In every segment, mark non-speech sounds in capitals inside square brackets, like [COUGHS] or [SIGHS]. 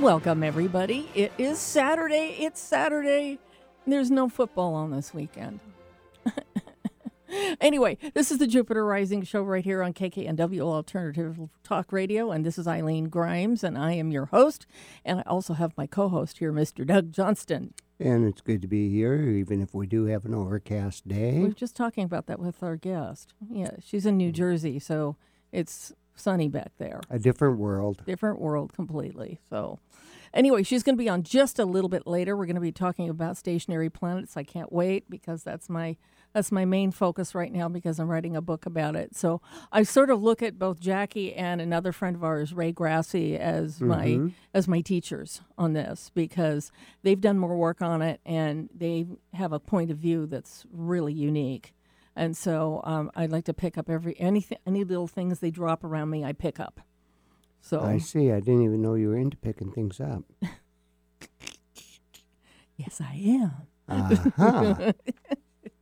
Welcome, everybody. It is Saturday. It's Saturday. There's no football on this weekend. [LAUGHS] anyway, this is the Jupiter Rising show right here on KKNW Alternative Talk Radio. And this is Eileen Grimes, and I am your host. And I also have my co host here, Mr. Doug Johnston. And it's good to be here, even if we do have an overcast We were day. just talking about that with our guest. Yeah, she's in New Jersey, so it's sunny back there. A different world. different world completely. So, anyway, she's going to be on just a little bit later. We're going to be talking about stationary planets. I can't wait because that's my that's my main focus right now because I'm writing a book about it. So I sort of look at both Jackie and another friend of ours, Ray Grassi, as my as my teachers on this because they've done more work on it and they have a point of view that's really unique. And so um, I like to pick up every anything any little things they drop around me. I pick up. So I see. I didn't even know you were into picking things up. Yes, I am. [LAUGHS] Aha. Uh-huh.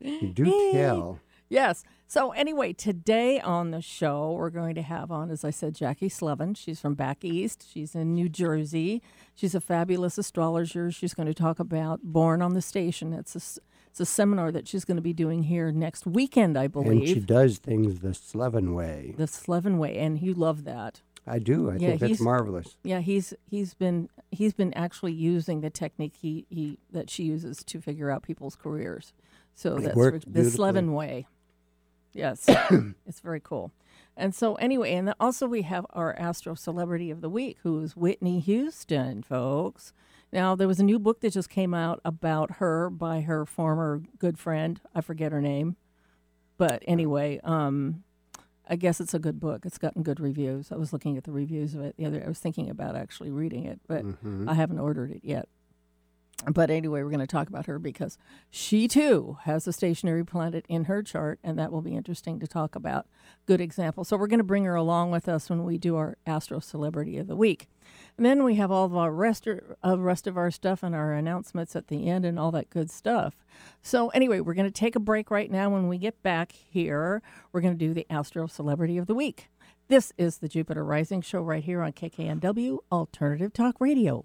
you do tell. Yes. So, anyway, today on the show, we're going to have on, as I said, Jackie Slevin. She's from back east. She's in New Jersey. She's a fabulous astrologer. She's going to talk about Born on the Station. It's a, s- it's a seminar that she's going to be doing here next weekend, I And believe. she does things the Slevin way. the Slevin Way. And you love that. I do. I Yeah, think he's- that's marvelous. Yeah, he's he's been he's been actually using the technique he, he that she uses to figure out people's careers. So that's works the beautifully. Slevin way. Yes, it's very cool. And so anyway, and then also we have our astro celebrity of the week, who is Whitney Houston, folks. Now there was a new book that just came out about her by her former good friend. I forget her name, but anyway, um, I guess it's a good book. It's gotten good reviews. I was looking at the reviews of it the other. I was thinking about actually reading it, but I haven't ordered it yet. But anyway, we're going to talk about her because she too has a stationary planet in her chart, and that will be interesting to talk about. Good example. So we're going to bring her along with us when we do our Astro Celebrity of the Week. And then we have all of our rest, uh, rest of our stuff and our announcements at the end and all that good stuff. So anyway, we're going to take a break right now. When we get back here, we're going to do the Astro Celebrity of the Week. This is the Jupiter Rising Show right here on KKNW Alternative Talk Radio.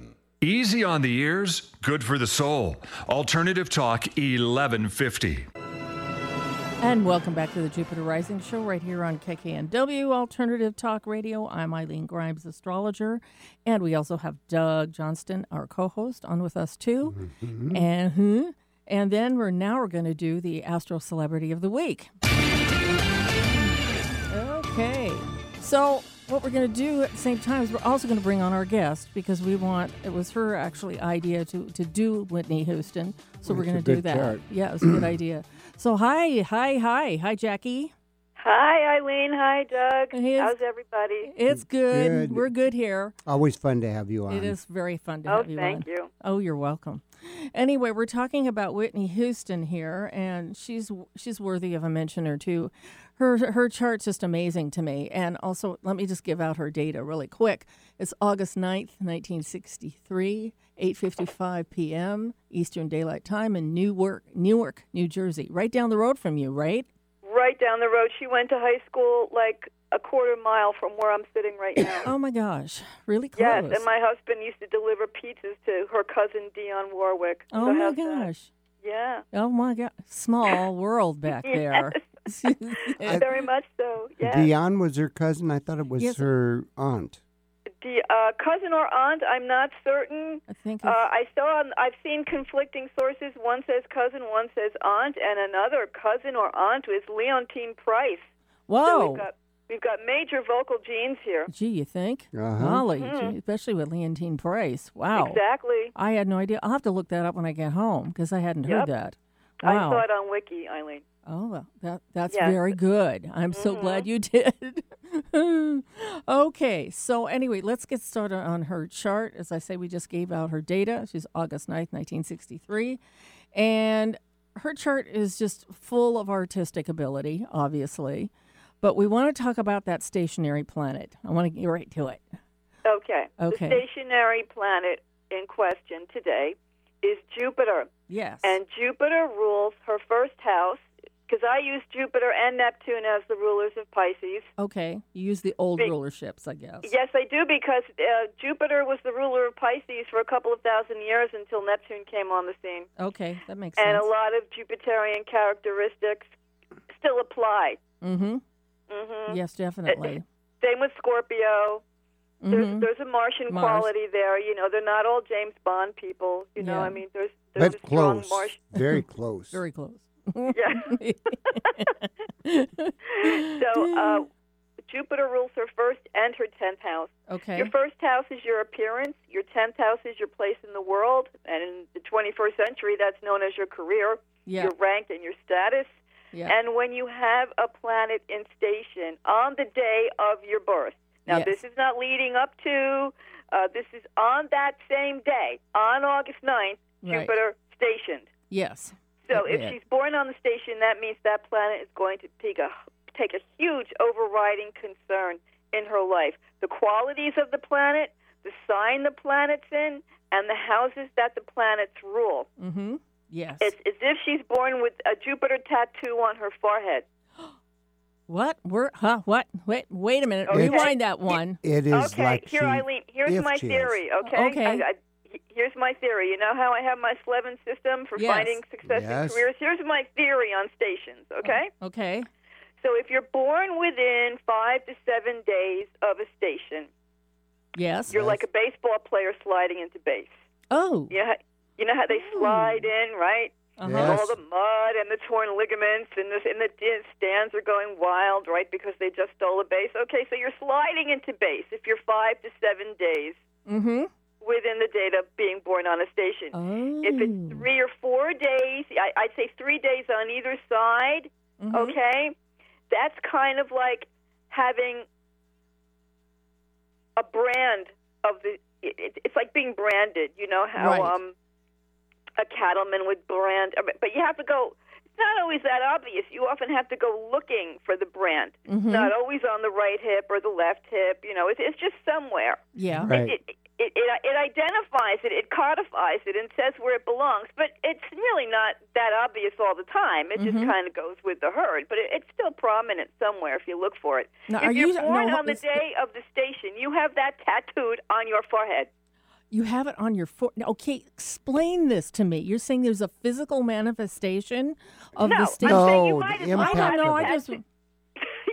Easy on the ears, good for the soul. Alternative Talk 1150. And welcome back to the Jupiter Rising Show right here on KKNW Alternative Talk Radio. I'm Eileen Grimes, astrologer. And we also have Doug Johnston, our co host, on with us too. Mm-hmm. And, hmm, and then we're now we're going to do the Astro Celebrity of the Week. Okay. So what we're going to do at the same time is we're also going to bring on our guest because we want it was her actually idea to to do Whitney Houston. So we're That's going a to do good that. chart. Yeah, it's a good idea. So hi, hi, hi, hi, Jackie. Hi, Eileen. Hi, Doug. Hey, it's- How's everybody? It's good. Good. We're good here. Always fun to have you on. It is very fun to Oh, have you on. thank you. Oh, you're welcome. Anyway, we're talking about Whitney Houston here, and she's she's worthy of a mention or two. Her her chart's just amazing to me. And also, let me just give out her data really quick. It's August 9th, 1963, 8:55 p.m. Eastern Daylight Time in Newark, Newark, New Jersey, right down the road from you, right? Right down the road. She went to high school like a quarter mile from where I'm sitting [COUGHS] right now. Oh my gosh, really close. yes, and my husband used to deliver pizzas to her cousin Dion Warwick. So oh my how's that? gosh. [LAUGHS] Yeah. Oh my God! Small world [LAUGHS] back there. [LAUGHS] Very much so. Yeah. Dion was her cousin. I thought it was Yes. her aunt. Di- uh, cousin or aunt? I'm not certain. I think. Uh, I saw. I've seen conflicting sources. One says cousin, one says aunt, and another cousin or aunt is Leontine Price. So Whoa! we've got we've got major vocal genes here. Gee, you think? Uh-huh. Golly, gee, especially with Leontine Price. Wow. Mm-hmm. Exactly. I had no idea. I'll have to look that up when I get home because I hadn't Yep. heard that. Wow. I saw it on Wiki, Eileen. Oh, well, that, that's Yes. very good. I'm so Mm-hmm. glad you [LAUGHS] did. okay, so anyway, let's get started on her chart. As I say, we just gave out her data. She's August 9th, 1963. And her chart is just full of artistic ability, obviously. But we want to talk about that stationary planet. I want to get right to it. Okay. Okay. The stationary planet in question today is Jupiter. Yes. And Jupiter rules her first house because I use Jupiter and Neptune as the rulers of Pisces. okay, you use the old Be- rulerships, I guess. Yes, I do because uh, Jupiter was the ruler of Pisces for a couple of thousand years until Neptune came on the scene. Okay, that makes And sense. a lot of Jupiterian characteristics still apply. mm-hmm. hmm Yes, definitely. Same with Scorpio. Mhm. There's, there's a Martian Mars. quality there. You know, they're not all James Bond people. You know, Yeah. I mean, there's, there's But a strong close. [GASPS] Martian. [LAUGHS] Very close. Very close. [LAUGHS] Yeah. So uh, Jupiter rules her first and her tenth house. okay. Your first house is your appearance. Your tenth house is your place in the world, and in the 21st century, that's known as your career, Yeah. your rank, and your status. Yeah. And when you have a planet in station on the day of your birth. Now, Yes. this is not leading up to. Uh, this is on that same day, on August 9th, Right. Jupiter stationed. yes. So Yeah. if she's born on the station, that means that planet is going to take a, take a huge overriding concern in her life. The qualities of the planet, the sign the planet's in, and the houses that the planets rule. Mm-hmm. Yes. It's as if she's born with a Jupiter tattoo on her forehead. what? We're huh? What? Wait. Wait a minute. Okay. Rewind that one. It is okay, like here, she, Eileen, here's if my she is. theory, okay? Okay. I, I, here's my theory. You know how I have my Slevin system for Yes. finding success in Yes. careers? Here's my theory on stations, okay? Oh. Okay. So if you're born within five to seven days of a station, Yes. you're like a baseball player sliding into base. oh. You know how, you know how they slide in, right? Uh-huh. Yes. All the mud and the torn ligaments and the, and the d- stands are going wild, right? Because they just stole a base. Okay, so you're sliding into base if you're five to seven days Mm-hmm. within the date of being born on a station. Oh. If it's three or four days, I, I'd say three days on either side. Mhm. Okay, that's kind of like having a brand of the. It, it- it's like being branded. You know how Right. um, a cattleman would brand, but you have to go. It's not always that obvious. You often have to go looking for the brand. It's Mhm. Not always on the right hip or the left hip. You know, it's, it's just somewhere Yeah. Right. it, it, it, it identifies it, it codifies it, and says where it belongs. But it's really not that obvious all the time. It Mm-hmm. just kind of goes with the herd. But it, it's still prominent somewhere if you look for it. Now, if are you're you- born now, on the is- day of the station, you have that tattooed on your forehead. [LAUGHS] You have it on your foot. Okay. Explain this to me. You're saying there's a physical manifestation of no, the I'm station. saying you No, might Oh, the as well I impact don't have know. it of I it. just. tattooed-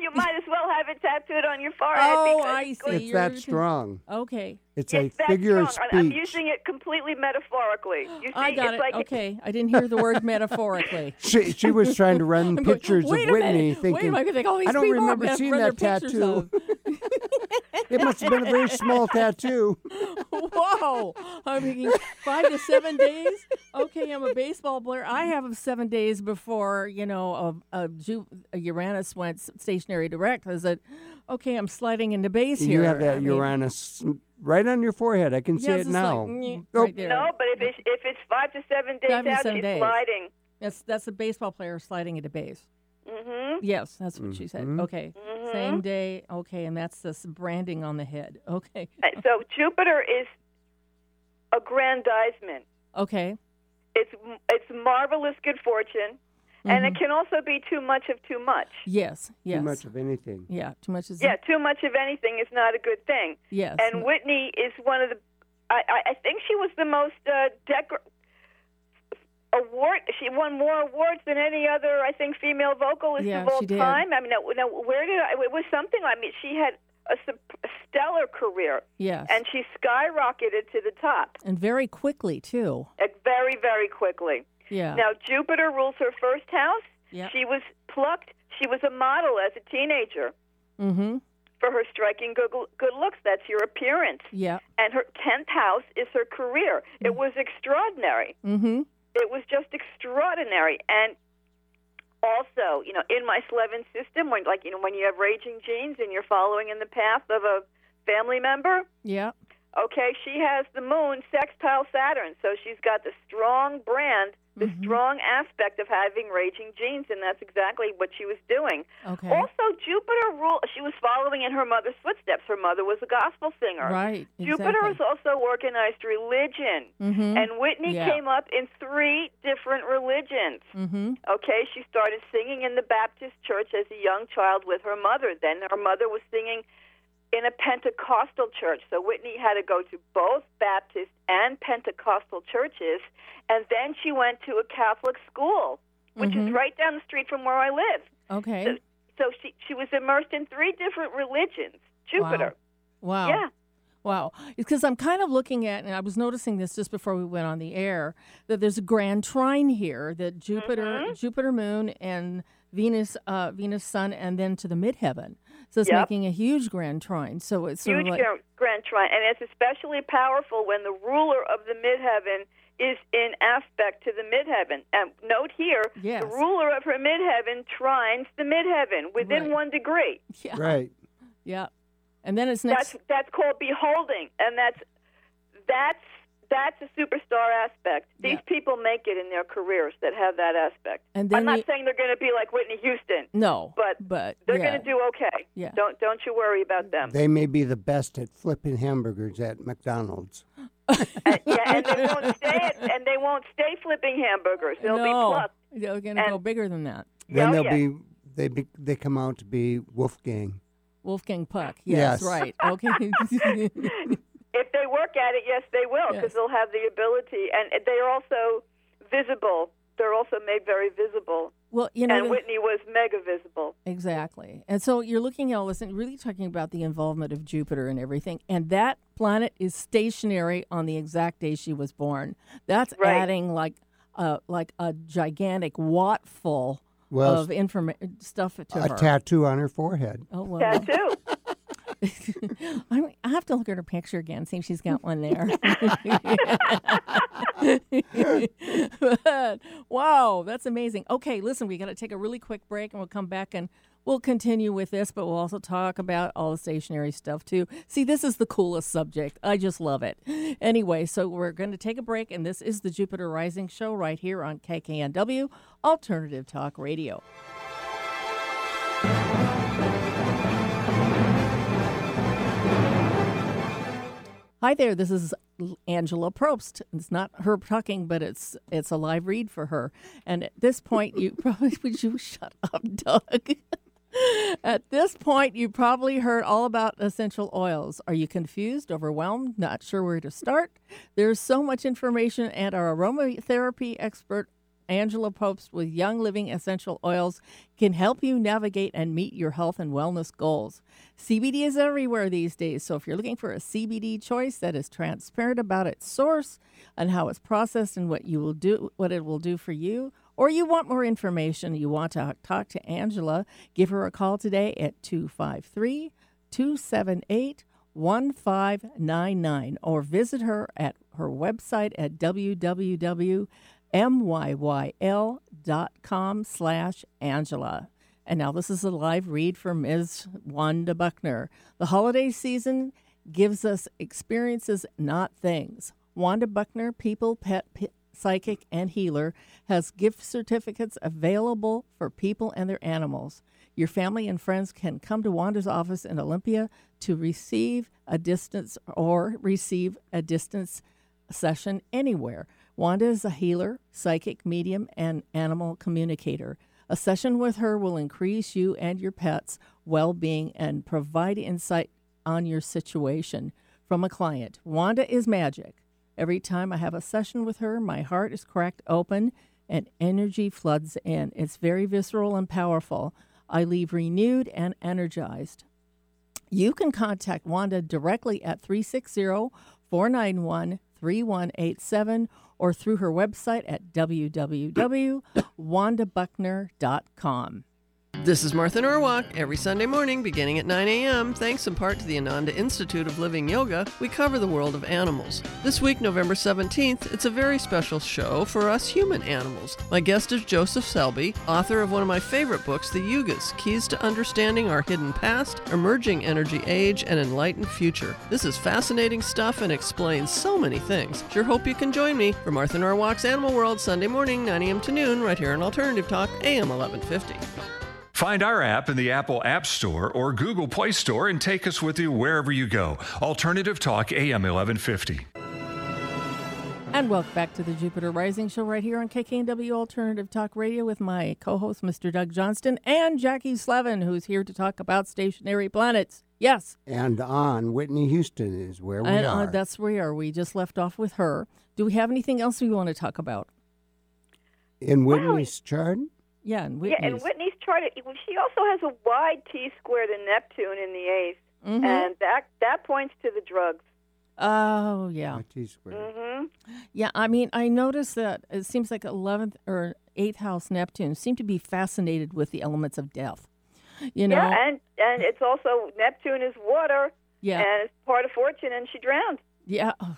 you might as well have it tattooed on your forehead. Oh, because I it's see. going- It's that You're- strong. Okay. It's It's a that figure of strong. speech. I- I'm using it completely metaphorically. You see, I got it's it. Like okay. I didn't hear the [LAUGHS] word metaphorically. She, she was trying to [LAUGHS] run I'm going, pictures Wait of a Whitney, minute. Wait a thinking, minute. I think all these I don't people remember have seeing run their that pictures tattoo. of. [LAUGHS] it must have been a very [LAUGHS] small tattoo. Whoa! I'm thinking five to seven days. Okay, I'm a baseball player. I have seven days before you know a, a, Ju- a Uranus went s- stationary direct. I said, okay, I'm sliding into base here. You have that I mean, Uranus right on your forehead. I can yeah, see it's just it now. like, mm, Nope. right there. No, but if it's if it's five to seven days Five to out, seven it's days. sliding. That's that's a baseball player sliding into base. hmm Yes, that's what she said. Mm-hmm. Okay, Mm-hmm. same day. Okay, and that's this branding on the head. Okay, Uh, [LAUGHS] So Jupiter is aggrandizement. okay, It's it's marvelous good fortune, and it can also be too much of too much. Mm-hmm. yes, yes, Too much of anything. yeah, too much is Yeah, too much of anything is not a good thing. yes, And Whitney is one of the. I, I- I think she was the most uh, decor. Award. She won more awards than any other, I think, female vocalist Yeah, of all she did. time. I mean, now, now, where did I? It was something. I mean, she had a, sup- a stellar career, yes, and she skyrocketed to the top and very quickly too. uh, very, very quickly. Yeah. Now, Jupiter rules her first house. Yeah. She was plucked. She was a model as a teenager Mm-hmm. for her striking good, good looks. That's your appearance. Yeah. and her 10th house is her career. It was extraordinary. Mm-hmm. It was just extraordinary. And also, you know, in my Slevin system, when like you know, when you have raging genes and you're following in the path of a family member, Yeah. okay, she has the moon sextile Saturn, so she's got the strong brand, the Mm-hmm. strong aspect of having raging genes, and that's exactly what she was doing. Okay. Also, Jupiter rule. She was following in her mother's footsteps. Her mother was a gospel singer. Right. Jupiter exactly. has also organized religion, Mhm. and Whitney Yeah. came up in three different religions. Mm-hmm. Okay, she started singing in the Baptist church as a young child with her mother. Then her mother was singing in a Pentecostal church. So Whitney had to go to both Baptist and Pentecostal churches. And then she went to a Catholic school, which is right down the street from where I live. Mm-hmm. Okay. So she, she was immersed in three different religions. Jupiter. Wow. Yeah. Wow. Because I'm kind of looking at, and I was noticing this just before we went on the air, that there's a grand trine here that Jupiter, Mm-hmm. Jupiter, Moon, and Venus, uh, Venus, Sun, and then to the midheaven. So it's Yep. making a huge grand trine. So it's sort Huge of like, grand, grand trine. And it's especially powerful when the ruler of the midheaven is in aspect to the midheaven. And note here, Yes. the ruler of her midheaven trines the midheaven within Right. one degree. [LAUGHS] yeah, Right. yeah. And then it's next. That's that's called beholding, and that's that's that's a superstar aspect. These Yeah. people make it in their careers that have that aspect. And then I'm not you- saying they're going to be like Whitney Houston, no, but but they're yeah. going to do okay. Yeah. Don't don't you worry about them. They may be the best at flipping hamburgers at McDonald's. And- Uh, yeah, and they won't [LAUGHS] stay at, and they won't stay flipping hamburgers. They'll be no, plucked. they're going to go And- bigger than that. Then Oh, they'll yeah. be they be, they come out to be Wolfgang. Wolfgang Puck. Yes, [LAUGHS] Yes. right. Okay. [LAUGHS] If they work at it, yes, they will, Yes. because they'll have the ability, and they're also visible. They're also made very visible, well, you know, and the- Whitney was mega visible. Exactly. And so you're looking at all this and really talking about the involvement of Jupiter and everything. And that planet is stationary on the exact day she was born. That's Right. adding like a, like a gigantic wattful Well, of informa- stuff to A her. tattoo on her forehead. oh, well. Tattoo. I [LAUGHS] I have to look at her picture again, see if she's got one there. [LAUGHS] But, wow, that's amazing. Okay, listen, we got to take a really quick break and we'll come back and we'll continue with this, but we'll also talk about all the stationary stuff too. See, this is the coolest subject. I just love it. Anyway, so we're going to take a break, and this is the Jupiter Rising Show right here on KKNW Alternative Talk Radio. Hi there. This is L- Angela Probst. It's not her talking, but it's it's a live read for her. And at this point, you [LAUGHS] probably would you shut up, Doug. At this point, you probably heard all about essential oils. Are you confused, overwhelmed, not sure where to start? There's so much information, and our aromatherapy expert, Angela Popes with Young Living Essential Oils can help you navigate and meet your health and wellness goals. CBD is everywhere these days, so if you're looking for a CBD choice that is transparent about its source and how it's processed and what you will do what it will do for you, or you want more information, you want to talk to Angela, give her a call today at 253 278 1599 or visit her at her website at www.myyl.com slash angela and now this is a live read from ms wanda buckner the holiday season gives us experiences not things wanda buckner people pet P- psychic and healer has gift certificates available for people and their animals your family and friends can come to Wanda's office in Olympia to receive a distance or receive a distance session anywhere. Wanda is a healer, psychic medium, and animal communicator. A session with her will increase you and your pet's well being and provide insight on your situation from a client. Wanda is magic. Every time I have a session with her, my heart is cracked open and energy floods in. It's very visceral and powerful. I leave renewed and energized. You can contact Wanda directly at 360 491 3187 or through her website at www.wandabuckner.com. This is Martha Norwalk. Every Sunday morning, beginning at 9 a.m., thanks in part to the Ananda Institute of Living Yoga, we cover the world of animals. This week, November 17th, it's a very special show for us human animals. My guest is Joseph Selby, author of one of my favorite books, The Yugas Keys to Understanding Our Hidden Past, Emerging Energy Age, and Enlightened Future. This is fascinating stuff and explains so many things. Sure hope you can join me for Martha Norwalk's Animal World Sunday morning, 9 a.m. to noon, right here on Alternative Talk, AM 1150. Find our app in the Apple App Store or Google Play Store and take us with you wherever you go. Alternative Talk AM 1150. And welcome back to the Jupiter Rising Show right here on KKNW Alternative Talk Radio with my co host, Mr. Doug Johnston, and Jackie Slavin, who's here to talk about stationary planets. Yes, And on Whitney Houston is where we and uh, are. that's where we are. We just left off with her. Do we have anything else we want to talk about? In Whitney's chart, Yeah, and Yeah, Whitney's. and Whitney's chart. it- well, She also has a wide T squared in Neptune in the eighth, Mhm. and that that points to the drugs. Oh, yeah. T squared. hmm Yeah, I mean, I noticed that it seems like 11th or 8th house Neptune seem to be fascinated with the elements of death. You know? yeah, and and it's also Neptune is water, yeah. and it's part of fortune, and she drowned. Yeah. oh.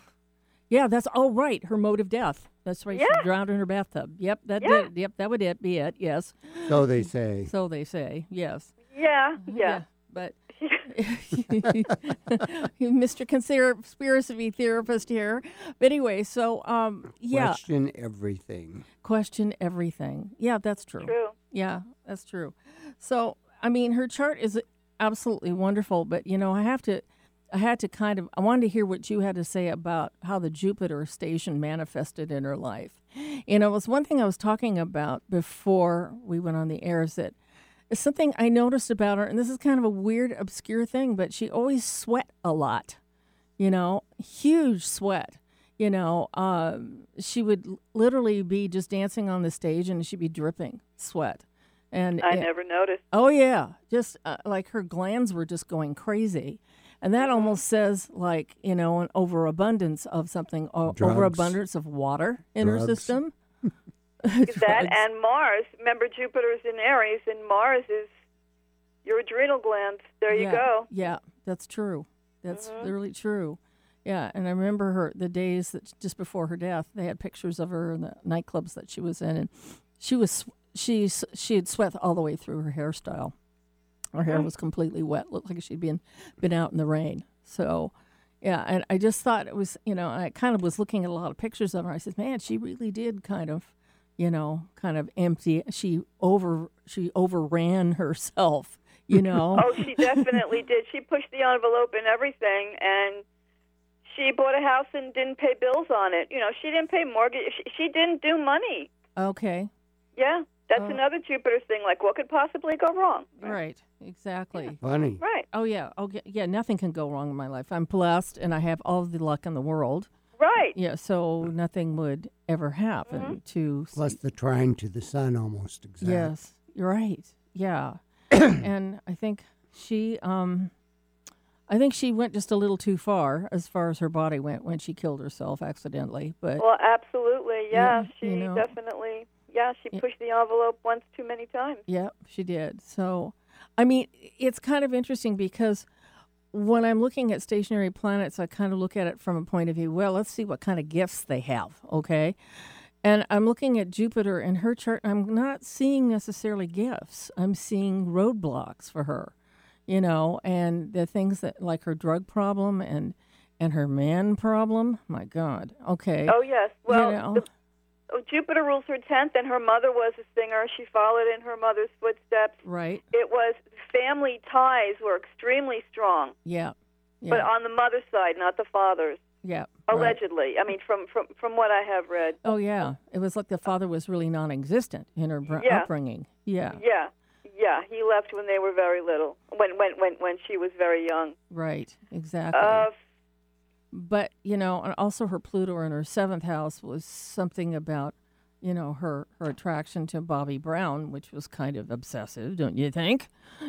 Yeah, that's all right. Her mode of death. That's right. Yeah. She drowned in her bathtub. Yep, that Yeah. did. Yep, that would it be it. Yes. So they say. So they say. Yes. Yeah, Mm-hmm. yeah. [LAUGHS] But [LAUGHS] Mr. Conspiracy Therapist here. But anyway, so um yeah, Question everything. question everything. Yeah, that's true. True. Yeah, that's true. So, I mean, her chart is absolutely wonderful, but you know, I have to I had to kind of I wanted to hear what you had to say about how the Jupiter station manifested in her life. You know, it was one thing I was talking about before we went on the air is that it's something I noticed about her, and this is kind of a weird, obscure thing, but she always sweat a lot you know, huge sweat. You know, um, she would l- literally be just dancing on the stage and she'd be dripping sweat. And I it- [LAUGHS] never noticed. oh yeah, just uh, like her glands were just going crazy, and that almost says like you know an overabundance of something, o- Drugs. overabundance of water in her Drugs. system. That Drugs. and Mars. Remember, Jupiter is in Aries, and Mars is your adrenal glands. There you yeah, go. Mm-hmm. Yeah, that's true. That's really true. Yeah, and I remember her the days that just before her death, they had pictures of her in the nightclubs that she was in, and she was she s- she had sweat all the way through her hairstyle. Her Mm. hair was completely wet, looked like she'd been been out in the rain. So, yeah, and I just thought it was you know I kind of was looking at a lot of pictures of her. I said, man, she really did kind of you know kind of empty. She over she overran [LAUGHS] herself. You know. Oh, she [LAUGHS] definitely did. She pushed the envelope in everything, and she bought a house and didn't pay bills on it. You know, she didn't pay mortgage. She, she didn't do money. Okay. Yeah, that's Oh. another Jupiter thing. Like, what could possibly go wrong? Right. Exactly. Funny. Right. Oh yeah. Okay. Yeah. Nothing can go wrong in my life. I'm blessed, and I have all the luck in the world. Right. Yeah. So nothing would ever happen to. Plus the trine to the sun almost exactly. Yes. You're right. Yeah. and I think she. Um, I think she went just a little too far as far as her body went when she killed herself accidentally. But Well, absolutely. Yeah, Yeah, she you know. definitely. Yeah, she Yeah. pushed the envelope once too many times. Yep, she did. So, I mean, it's kind of interesting because when I'm looking at stationary planets, I kind of look at it from a point of view, well, let's see what kind of gifts they have, okay? And I'm looking at Jupiter and her chart, and I'm not seeing necessarily gifts. I'm seeing roadblocks for her, you know, and the things that like her drug problem and and her man problem. My God. Okay. Oh yes. Well, you know. the- oh, Jupiter rules her tenth, and her mother was a singer. She followed in her mother's footsteps. right. It was family ties were extremely strong, Yeah. Yeah. but on the mother's side, not the father's. yeah. right. Allegedly, I mean, from from from what I have read. Oh yeah, it was like the father was really non-existent in her br- Yeah. upbringing. Yeah, Yeah, yeah. He left when they were very little. When when when when she was very young. right, exactly. Uh, but you know, and also her Pluto in her seventh house was something about, you know, her her attraction to Bobby Brown, which was kind of obsessive, don't you think?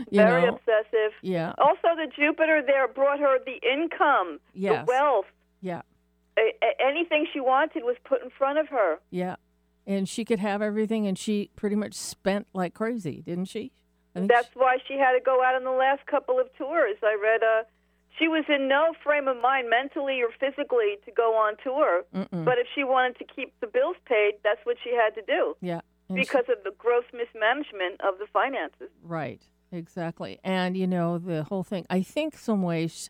You very know, obsessive. yeah, Also, the Jupiter there brought her the income, Yes. the wealth. yeah, A- a- anything she wanted was put in front of her. yeah, and she could have everything, and she pretty much spent like crazy, didn't she? I think That's why she had to go out on the last couple of tours. I read uh, she was in no frame of mind, mentally or physically, to go on tour. But if she wanted to keep the bills paid, that's what she had to do she- yeah. and she- because of the gross mismanagement of the finances. Right, exactly. And, you know, the whole thing, I think some ways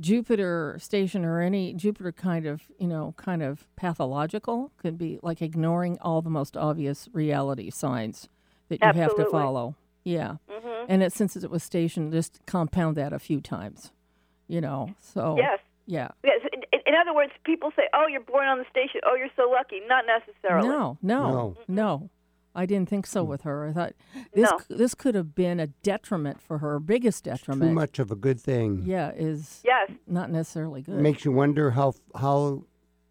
Jupiter station or any Jupiter kind of, you know, kind of pathological could be like ignoring all the most obvious reality signs that you have to Absolutely. Mm-hmm. follow. Yeah. And it, since it was stationed, just compound that a few times, you know. So, Yes. yeah. Yes. In, in- in other words, people say, "Oh, you're born on the station. Oh, you're so lucky." Not necessarily. No, no, no, No. Mm. I didn't think so with her. I thought this No. c- this could have been a detriment for her, biggest detriment. Too much of a good thing. Yeah, is Yes. not necessarily good. Makes you wonder how how.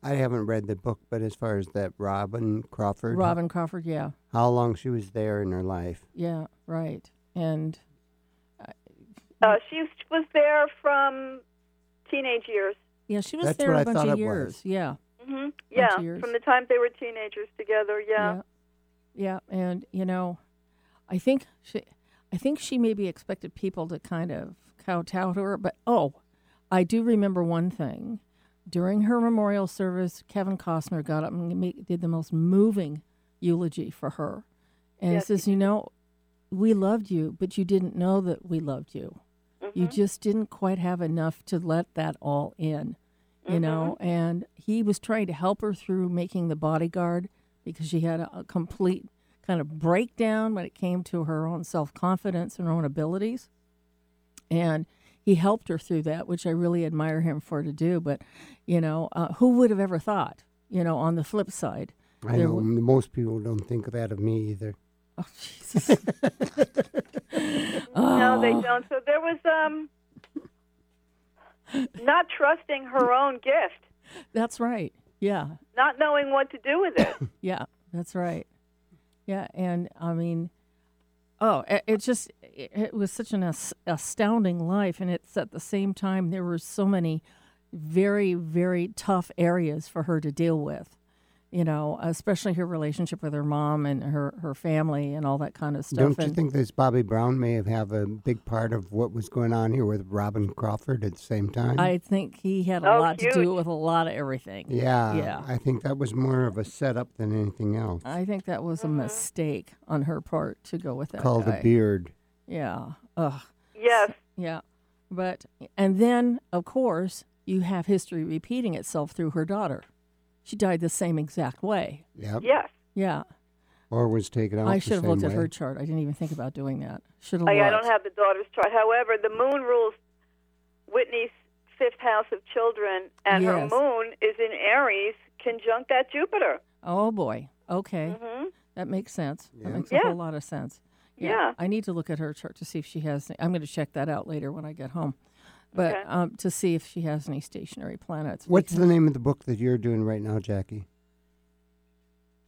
I haven't read the book, but as far as that Robin Crawford, Robin Crawford, yeah, how long she was there in her life. yeah, right. And Uh, she was there from teenage years. yeah, she was That's there what a I bunch thought of it years. was. Yeah, hmm Yeah. years. From the time they were teenagers together. Yeah. yeah, yeah. And you know, I think she, I think she maybe expected people to kind of kowtow to her. But oh, I do remember one thing. During her memorial service, Kevin Costner got up and ma- did the most moving eulogy for her, and Yes, he says, "You know, we loved you, but you didn't know that we loved you. You just didn't quite have enough to let that all in, you know. And he was trying to help her through making the bodyguard because she had a, a complete kind of breakdown when it came to her own self confidence and her own abilities. And he helped her through that, which I really admire him for to do. But, you know, uh, who would have ever thought, you know, on the flip side? I there know w- most people don't think of that of me either. Oh, Jesus. No, they don't. So there was [LAUGHS] um, not trusting her own gift, That's right. Yeah. not knowing what to do with [LAUGHS] it. Yeah, that's right. Yeah, and I mean, oh, it, it just it, it was such an as, astounding life, and it's at the same time there were so many very very tough areas for her to deal with. You know, especially her relationship with her mom and her, her family and all that kind of stuff. Don't you and think this Bobby Brown may have have a big part of what was going on here with Robin Crawford at the same time? I think he had a Oh, lot to huge. do with a lot of everything. yeah, Yeah. I think that was more of a setup than anything else. I think that was a Mm-hmm. mistake on her part to go with that Called guy. a beard. Yeah. Ugh. yes. Yeah. But, and then, of course, you have history repeating itself through her daughter. She died the same exact way. Yep. Yes. Yeah. Or was taken out. I the should have same looked at way. her chart. I didn't even think about doing that. Should have I, I looked. don't have the daughter's chart. However, the moon rules Whitney's fifth house of children, and Yes. her moon is in Aries, conjunct that Jupiter. Oh, boy. Okay. hmm That makes sense. That Yeah. makes a Yeah. whole lot of sense. Yeah. I need to look at her chart to see if she has. I'm going to check that out later when I get home. But Okay. um, to see if she has any stationary planets. What's because- the name of the book that you're doing right now, Jackie?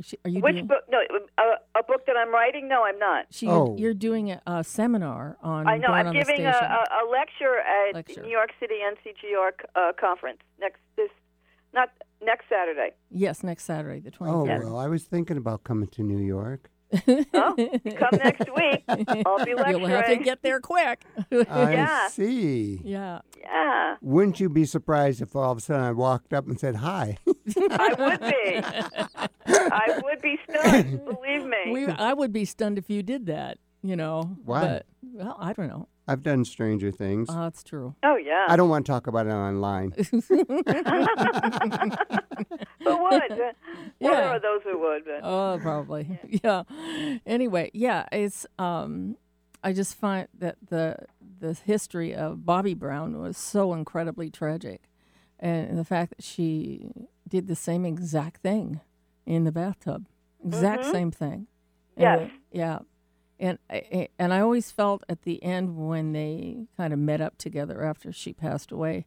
She, are you Which doing, book? No, uh, a, a book that I'm writing? No, I'm not. She, Oh. You're doing a, a seminar on. I know. Born I'm on the giving a, Station. a, a lecture at Lecture. New York City NCGR c- uh, conference next this not next Saturday. Yes, next Saturday, the 23rd. Oh well, I was thinking about coming to [LAUGHS] New York. Oh, come next week. I'll be lecturing. You'll have to get there quick. [LAUGHS] I Yeah. see. yeah. yeah, Wouldn't you be surprised if all of a sudden I walked up and said hi? [LAUGHS] I would be. I would be [LAUGHS] stunned. Believe me. We, I would be stunned if you did that, you know. Why? But, well, I don't know. I've done stranger things. Uh, it's true. oh yeah. I don't want to talk about [LAUGHS] it online. Who would? Well, [LAUGHS] Yeah. there are those who would. But. Oh, [LAUGHS] probably. [LAUGHS] Yeah. Anyway, yeah, it's um I just find that the the history of Bobby Brown was so incredibly tragic. And the fact that she did the same exact thing in the bathtub. Exact same thing. Mm-hmm. Yes. And, yeah. And I- I, and I always felt at the end when they kind of met up together after she passed away,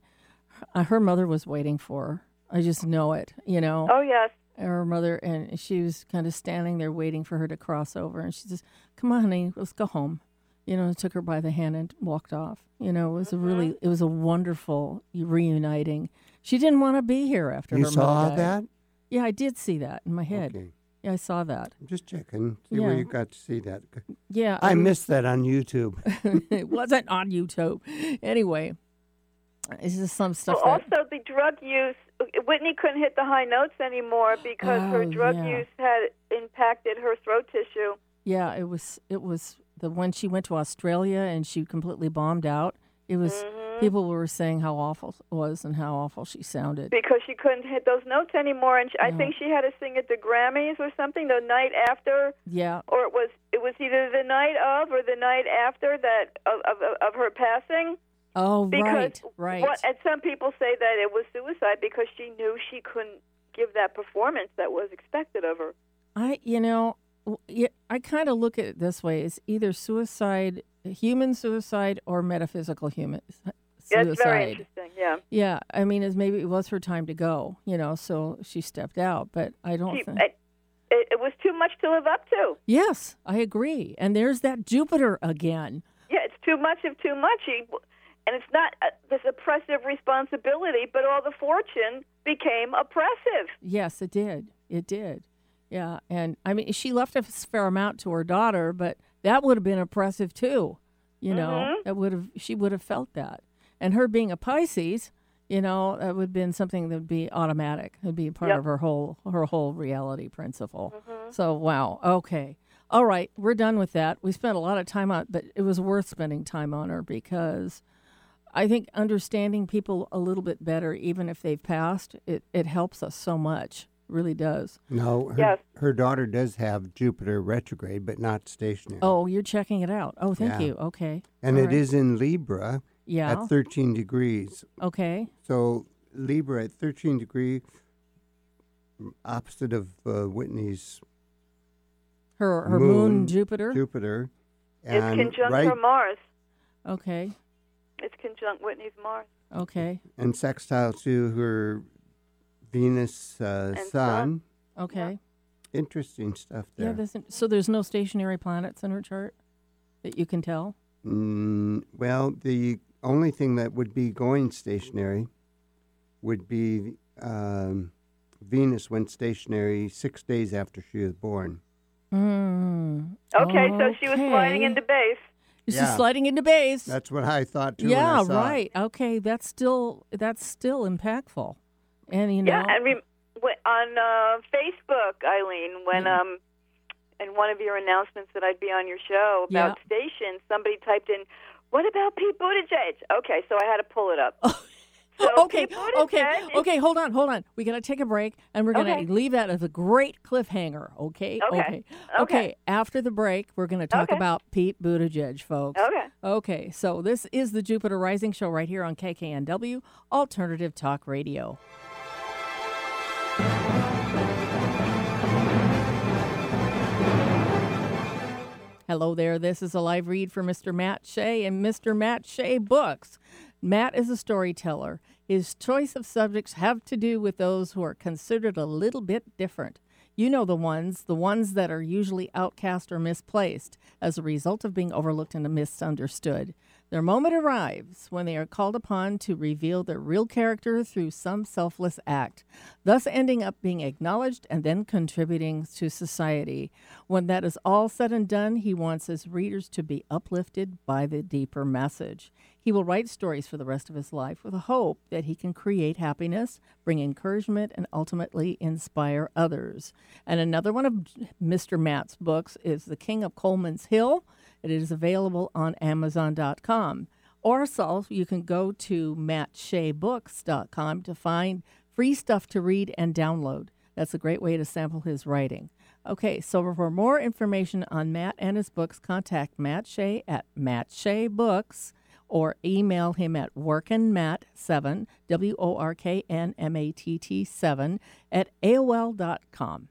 her, her mother was waiting for her. I just know it, you know Oh yes. her mother, and she was kind of standing there waiting for her to cross over. And she says, "Come on, honey, let's go home." You know, took her by the hand and walked off. You know, it was a really, it was a wonderful reuniting. She didn't want to be here after you her saw mother died. that? Yeah, I did see that in my head. Okay. Yeah, I saw that. I'm just checking. See where Yeah. you got to see that. Yeah, I um, missed that on YouTube. [LAUGHS] it wasn't on YouTube. Anyway, this is some stuff. Well, that, also the drug use. Whitney couldn't hit the high notes anymore because her Oh, drug yeah. use had impacted her throat tissue. yeah, it was. It was the when she went to Australia and she completely bombed out. It was Mm-hmm. people were saying how awful it was and how awful she sounded. because she couldn't hit those notes anymore and she, i Yeah. think she had to sing at the grammys or something the night after Yeah, or it was it was either the night of or the night after that of of, of her passing Oh, because right, right. what, and some people say that it was suicide because she knew she couldn't give that performance that was expected of her I, you know, w- y- I kind of look at it this way: it's either suicide, human suicide, or metaphysical human s- Yeah, suicide. it's very interesting yeah Yeah, I mean, it's maybe it was her time to go, you know, so she stepped out. But I don't she, think. it, it it was too much to live up to yes, I agree. And there's that Jupiter again. Yeah, it's too much of too much. He, and it's not uh, this oppressive responsibility, but all the fortune became oppressive. Yes, it did. It did. Yeah, and I mean, she left a fair amount to her daughter, but that would have been oppressive too. You know, that would have she would have felt that, and her being a Pisces, you know, that would have been something that would be automatic. It'd be part Yep. of her whole her whole reality principle. So wow, okay, all right, we're done with that. We spent a lot of time on, but it was worth spending time on her because I think understanding people a little bit better, even if they've passed, it, it helps us so much. Really does. No, her, Yes. her daughter does have Jupiter retrograde, but not stationary. Oh, you're checking it out. Oh, thank Yeah. you. Okay. and All it is right. in Libra Yeah. at 13 degrees. okay. So Libra at 13 degree, opposite of uh, Whitney's Her her moon, moon, Jupiter. Jupiter, it's and conjunct right her Mars. okay. It's conjunct Whitney's Mars Okay. and sextile to her Venus uh, sun. And Sun. Okay. Interesting stuff Yeah. there. there's, so there's no stationary planets in her chart that you can tell. Mm, well, the only thing that would be going stationary would be um, Venus went stationary six days after she was born. Mm. Hmm. Okay, so she was sliding Okay. into base. She's Yeah. sliding into base. That's what I thought too. when I yeah. saw it. Right. Okay. That's still that's still impactful. And you know. Yeah, and re- wh- on uh, Facebook, Eileen, when um, in one of your announcements that I'd be on your show about Yeah. stations, somebody typed in, "What about Pete Buttigieg?" Okay, so I had to pull it Oh. up. So okay, Pete Buttigieg okay, is- okay. Hold on, hold on. We're gonna take a break, and we're gonna Okay. leave that as a great cliffhanger. Okay, Okay, okay, okay. Okay, After the break, we're gonna talk Okay. about Pete Buttigieg, folks. Okay. Okay. So this is the Jupiter Rising show right here on KKNW Alternative Talk Radio. Hello there. This is a live read for Mr. Matt Shea and Mr. Matt Shea Books. Matt is a storyteller. His choice of subjects have to do with those who are considered a little bit different. You know the ones, the ones that are usually outcast or misplaced as a result of being overlooked and misunderstood. Their moment arrives when they are called upon to reveal their real character through some selfless act, thus ending up being acknowledged and then contributing to society. When that is all said and done, he wants his readers to be uplifted by the deeper message. He will write stories for the rest of his life with a hope that he can create happiness, bring encouragement, and ultimately inspire others. And another one of Mr. Matt's books is The King of Coleman's Hill. It is available on Amazon.com. Or so you can go to mattshaybooks.com to find free stuff to read and download. That's a great way to sample his writing. Okay, so for more information on Matt and his books, contact Matt Shea at mattshaybooks or email him at workinmat7, W O R K N M A T T 7, at AOL.com.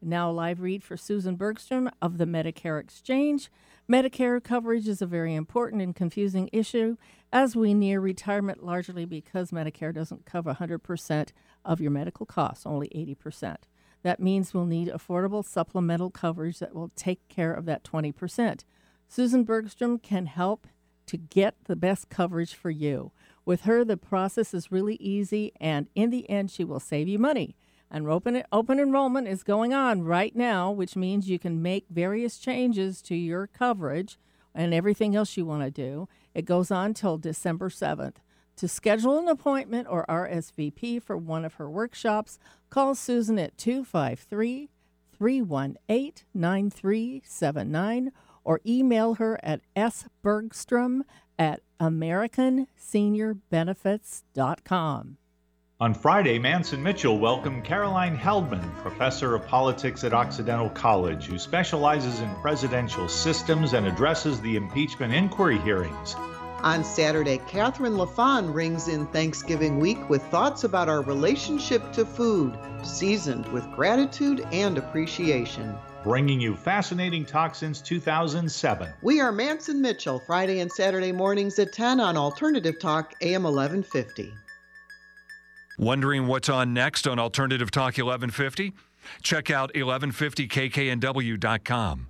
Now, a live read for Susan Bergstrom of the Medicare Exchange. Medicare coverage is a very important and confusing issue as we near retirement, largely because Medicare doesn't cover 100% of your medical costs, only 80%. That means we'll need affordable supplemental coverage that will take care of that 20%. Susan Bergstrom can help to get the best coverage for you. With her, the process is really easy, and in the end, she will save you money. And open, open enrollment is going on right now, which means you can make various changes to your coverage and everything else you want to do. It goes on till December 7th. To schedule an appointment or RSVP for one of her workshops, call Susan at 253 318 9379 or email her at sbergstrom at americanseniorbenefits.com. On Friday, Manson Mitchell welcomed Caroline Heldman, professor of politics at Occidental College, who specializes in presidential systems and addresses the impeachment inquiry hearings. On Saturday, Catherine LaFon rings in Thanksgiving week with thoughts about our relationship to food, seasoned with gratitude and appreciation. Bringing you fascinating talk since 2007. We are Manson Mitchell, Friday and Saturday mornings at 10 on Alternative Talk, AM 1150. Wondering what's on next on Alternative Talk 1150? Check out 1150kknw.com.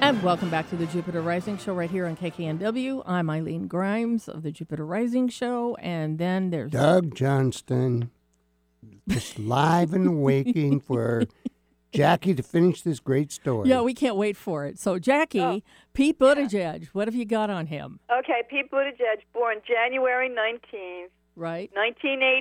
And welcome back to the Jupiter Rising Show right here on KKNW. I'm Eileen Grimes of the Jupiter Rising Show. And then there's Doug Johnston, just live and waiting for Jackie to finish this great story. Yeah, we can't wait for it. So, Jackie, Oh, Pete Buttigieg, what have you got on him? Okay, Pete Buttigieg, born January 19th, Right?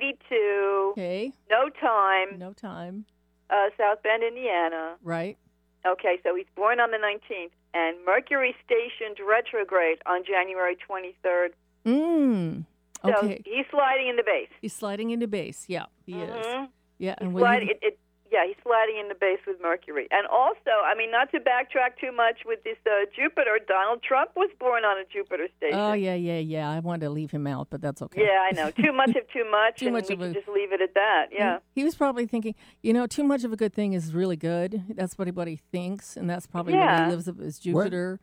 1982. Okay. No time, No time. uh, South Bend, Indiana. Right? Okay, so he's born on the 19th, and Mercury stationed retrograde on January 23rd. Mm. So Okay. he's sliding in the base. He's sliding into base. Yeah, he is. Mhm. Yeah, He's and when sliding, he- it, it, yeah, he's sliding in the base with Mercury. And also, I mean, not to backtrack too much with this uh, Jupiter, Donald Trump was born on a Jupiter station. Oh yeah, yeah, yeah. I wanted to leave him out, but that's okay. Yeah, I know. Too much of too much, Too and much we of can a- Mm-hmm. just leave it at that. Yeah. [LAUGHS] He was probably thinking, you know, too much of a good thing is really good. That's what everybody thinks, and that's probably what Yeah. he lives up as What- Jupiter.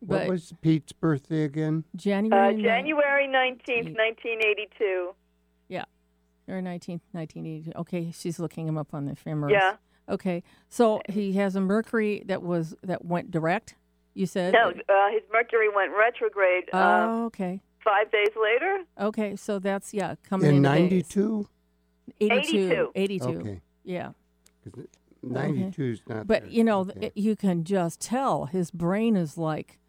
What but- was Pete's birthday again? January, Uh, nine- January 19th, 1982. or nineteenth, nineteen eighty. Okay, she's looking him up on the ephemeris. Yeah. Okay, so he has a Mercury that was that went direct. You said No, uh, his Mercury went retrograde um, Oh, okay. five days later. Okay, so that's yeah coming In into base. 92? 82, 82. 82. Okay. Yeah. 'Cause 92 is not. But there. you know, th Okay. you can just tell his brain is like,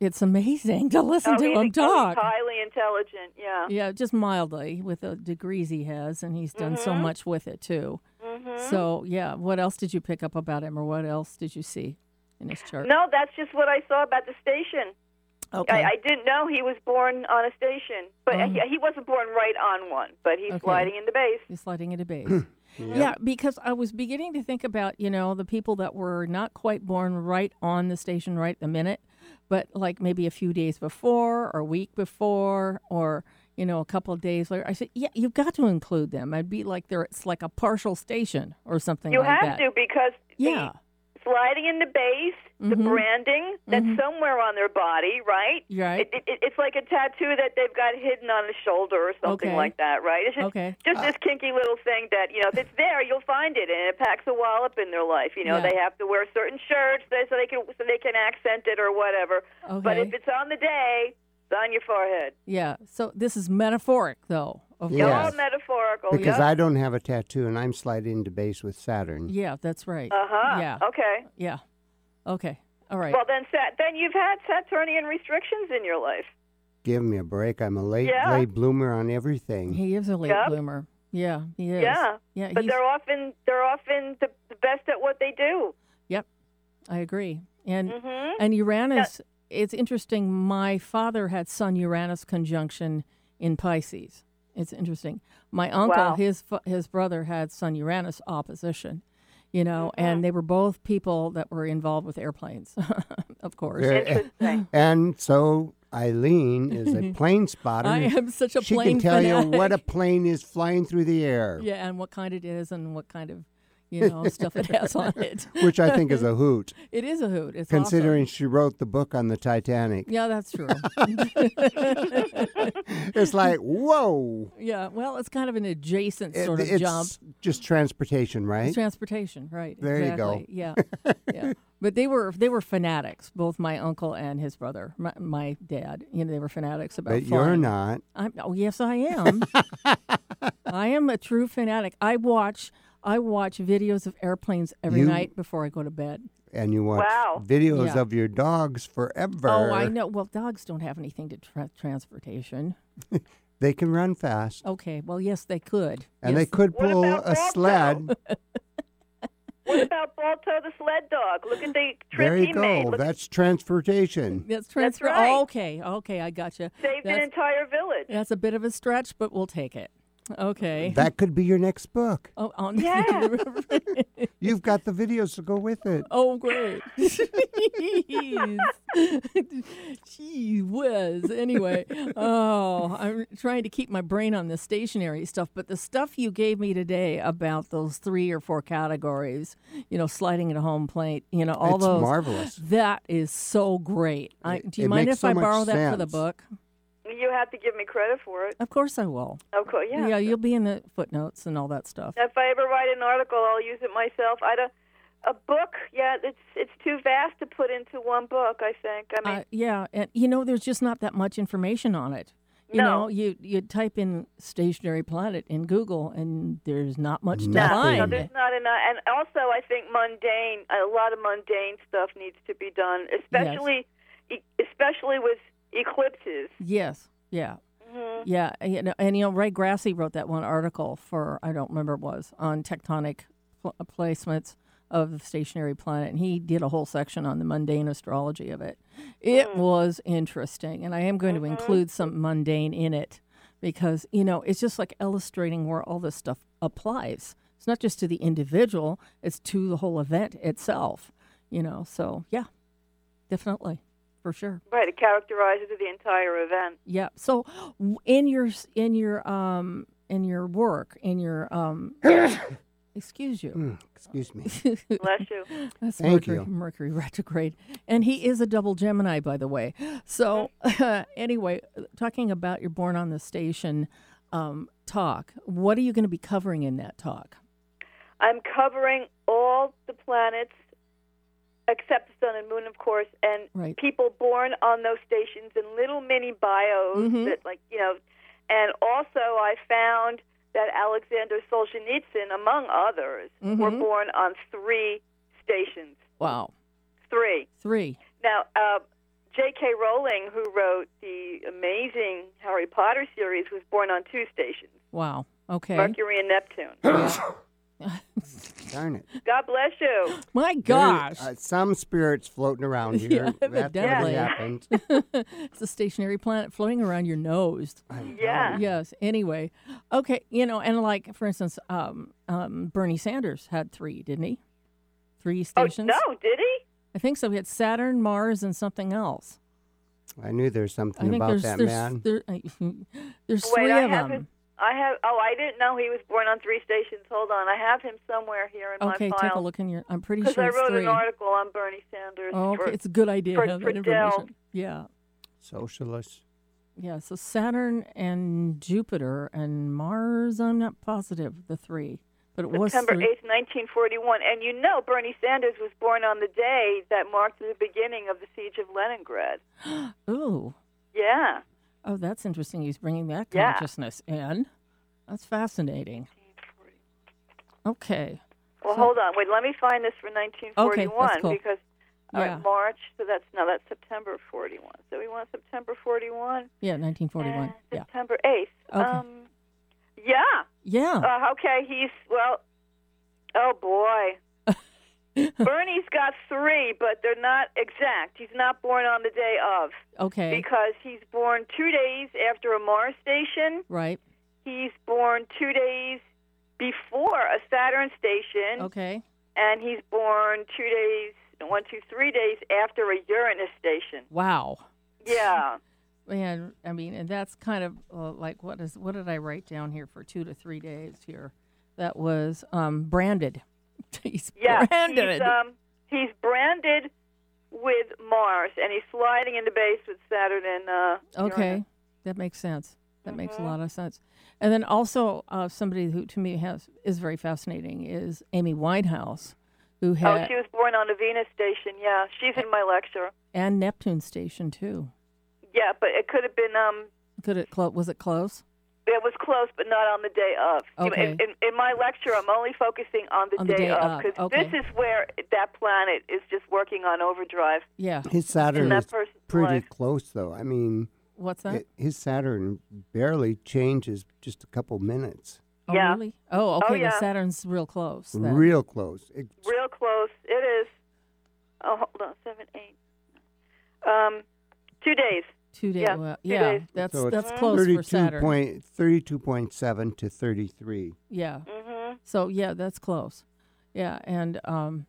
it's amazing [LAUGHS] to listen Oh, to he's- him oh, talk. he's highly intelligent. Yeah. Yeah, just mildly with the degrees he has, and he's done Mm-hmm. so much with it too. So yeah, what else did you pick up about him, or what else did you see in his chart? No, that's just what I saw about the station. okay, Um, I, I didn't know he was born on a station, but he, he wasn't born right on one. But he's Okay. sliding in the base. he's sliding into base. Yeah, because I was beginning to think about you know the people that were not quite born right on the station right the minute, but like maybe a few days before or a week before or you know a couple of days later. I said, yeah, you've got to include them. I'd be like there, it's like a partial station or something. You like that. have to because Yeah. Mm-hmm. the sliding in the base, the branding that's somewhere on their body, right? Right. It, it, it's like a tattoo that they've got hidden on the shoulder or something Okay. like that, right? It's just, Okay. Uh. just this kinky little thing that you know, if it's there, you'll find it, and it packs a wallop in their life. You know, Yeah. they have to wear certain shirts they- so they can so they can accent it or whatever. But Okay. if it's on the day, it's on your forehead. Yeah. So this is metaphoric, though. Of Yeah. course. All metaphorical. Because I don't have a tattoo and I'm sliding into base with Saturn. Yeah, that's right. Uh huh. Yeah. Okay. Yeah. Okay. All right. Well, then, Sat- then you've had Saturnian restrictions in your life. Give me a break. I'm a late, Yeah. late bloomer on everything. he is a late Yep. bloomer. Yeah, he is. Yeah. Yeah. but he's- they're often they're often the, the best at what they do. Yep, I agree. And Mm-hmm. Uh, Mhm. and Uranus, it's interesting. My father had Sun Uranus conjunction in Pisces. It's interesting. My uncle, Wow. his fa- his brother had Sun Uranus opposition. You know, Mm-hmm. and they were both people that were involved with airplanes, [LAUGHS] of course. Very- Interesting. And so [LAUGHS] Eileen is a plane spotter. I am such a she plane can tell you [LAUGHS] fanatic. what a plane is flying through the air. Yeah, and what kind it is, and what kind of you know, stuff [LAUGHS] it has on it. which I [LAUGHS] think is a hoot, It is a hoot. It's awesome. considering she wrote the book on the Titanic. Yeah, that's [LAUGHS] true. [LAUGHS] It's like, whoa. yeah, well, it's kind of an adjacent It- sort of it's jump. just transportation, right? It's transportation, right? There you go. exactly. Yeah, [LAUGHS] yeah. But they were they were fanatics, both my uncle and his brother, my, my dad. You know, they were fanatics about. but you're flying. not. I'm, oh yes, I [LAUGHS] am. I am a true fanatic. I watch I watch videos of airplanes every You- night before I go to bed. And you watch Wow. videos Yeah. of your dogs forever. Oh, I know. Well, dogs don't have anything to tra- transportation. They can run fast. Okay. Well, yes, they could. And they yes. could What pull about a Balto? sled. What about Balto the sled dog? Look at the trip There he you made. go. Look, That's transportation. That's transfer. right. oh, okay. Okay, I gotcha. saved an That's, entire village. that's a bit of a stretch, but we'll take it. Okay. That could be your next book. oh, on Yeah. You've got the videos to go with it. [LAUGHS] Oh, [LAUGHS] great. Jeez. Gee whiz. Anyway, oh, I'm trying to keep my brain on the stationary stuff, but the stuff you gave me today about those three or four categories, you know, sliding at a home plate, you know, all it's those. marvelous. That is so great. I, It- do you it mind makes if so I much borrow that for the sense. book? You have to give me credit for it. Of course I will. Of course, yeah. yeah you'll be in the footnotes and all that stuff. If I ever write an article, I'll use it myself. I don't. A book, yeah, it's it's too vast to put into one book. I think. I mean, Uh, yeah, and you know, there's just not that much information on it. You No. know, you you type in stationary planet in Google, and there's not much to No, no, find. nothing. there's not enough. And also, I think mundane. A lot of mundane stuff needs to be done, especially, e- especially with eclipses. Yes, yeah, yeah, you know, and you know, Ray Grassy wrote that one article for I don't remember what it was on tectonic pl- uh, placements of the stationary planet, and he did a whole section on the mundane astrology of it. It was interesting, and I am going to include some mundane in it because you know it's just like illustrating where all this stuff applies. It's not just to the individual; it's to the whole event itself. You know, so yeah, definitely, for sure. Right, it characterizes the entire event. Yeah. So w- in your s- in your um in your work in your [COUGHS] um excuse you. Mm, excuse me. Bless you. [LAUGHS] That's Thank Mercury, you. Mercury retrograde. And he is a double Gemini, by the way. So, Mm-hmm. [LAUGHS] anyway, talking about your Born on the Station um, talk, what are you going to be covering in that talk? I'm covering all the planets except the sun and moon, of course, and Right. people born on those stations in little mini bios Mhm. that, like, you know. And also, I found that Alexander Solzhenitsyn, among others, were Mhm. born on three stations. Wow. Three. Three. Now, uh, J.K. Rowling, who wrote the amazing Harry Potter series, was born on two stations Wow. Okay. Mercury [GASPS] and Neptune. Darn it. God bless you. My There gosh. is, uh, some spirits floating around here. [LAUGHS] Yeah, That's evidently. what happened. [LAUGHS] it's a stationary planet floating around your nose. [LAUGHS] Yeah. Yes. Anyway, okay. You know, and like for instance, um, um, Bernie Sanders had three, didn't he? Three stations. Oh, no, did he? I think so. He had Saturn, Mars, and something else. I knew there was I something think about there's that there's man. there- I- [LAUGHS] there's Wait, three I of have them. His, I have. Oh, I didn't know he was born on three stations. Hold on, I have him somewhere here in okay, my file. take a look in your. I'm pretty Because sure I it's wrote three. an article on Bernie Sanders. oh, for- okay, it's a good idea. for- to have for that Dell. information. Yeah, Socialist. yeah. So Saturn and Jupiter and Mars. I'm not positive the three, but it was September three. 8th, 1941. And you know Bernie Sanders was born on the day that marked the beginning of the siege of Leningrad. Ooh. Yeah. Oh, that's interesting. He's bringing that Yeah. consciousness in. That's fascinating. Okay. Well, So- hold on. Wait, let me find this for 1941 Okay, that's cool. because all right, Yeah. March, so that's no, that's September 41. So we want September 41. Yeah, 1941. and Yeah. September 8th. Okay. Um, yeah. Yeah. Uh, okay, he's well. Oh [LAUGHS] boy, Bernie's got three, but they're not exact. He's not born on the day of Okay. uh, because he's born two days after a Mars station. Right. He's born two days before a Saturn station, Okay. and he's born two days, one, two, three days after a Uranus station. Wow. Yeah. Man, I mean, and that's kind of uh, like what is what did I write down here for two to three days here? That was um, branded. [LAUGHS] he's [LAUGHS] Yeah, branded. He's, um, he's branded with Mars, and he's sliding into base with Saturn and uh, okay, Uranus. that makes sense. That makes Mm-hmm. a lot of sense. And then also uh, somebody who to me has is very fascinating is Amy Winehouse, who Oh, had she was born on a Venus station. Yeah, she's in my lecture. and Neptune Station too. Yeah, but it could have been. Um, Could it clo- was it close it was close, but not on the day of. You know, Okay. In, in, in my lecture, I'm only focusing on the On the day, day of of, because okay. this is where that planet is just working on overdrive. Yeah. His Saturn that is person's pretty life. close, though. I mean, What's that? it- his Saturn barely changes just a couple minutes. oh Yeah. really? Oh okay. yeah. The Saturn's real close. then. Real close. It- Real close. It is. Oh, hold on. Seven, eight. Um, two days. Two days. Yeah, well, two yeah, days. that's so it's that's close for 32 Saturn. point- 32.7 to 33. Yeah. Mm-hmm. So yeah, that's close. Yeah, and um,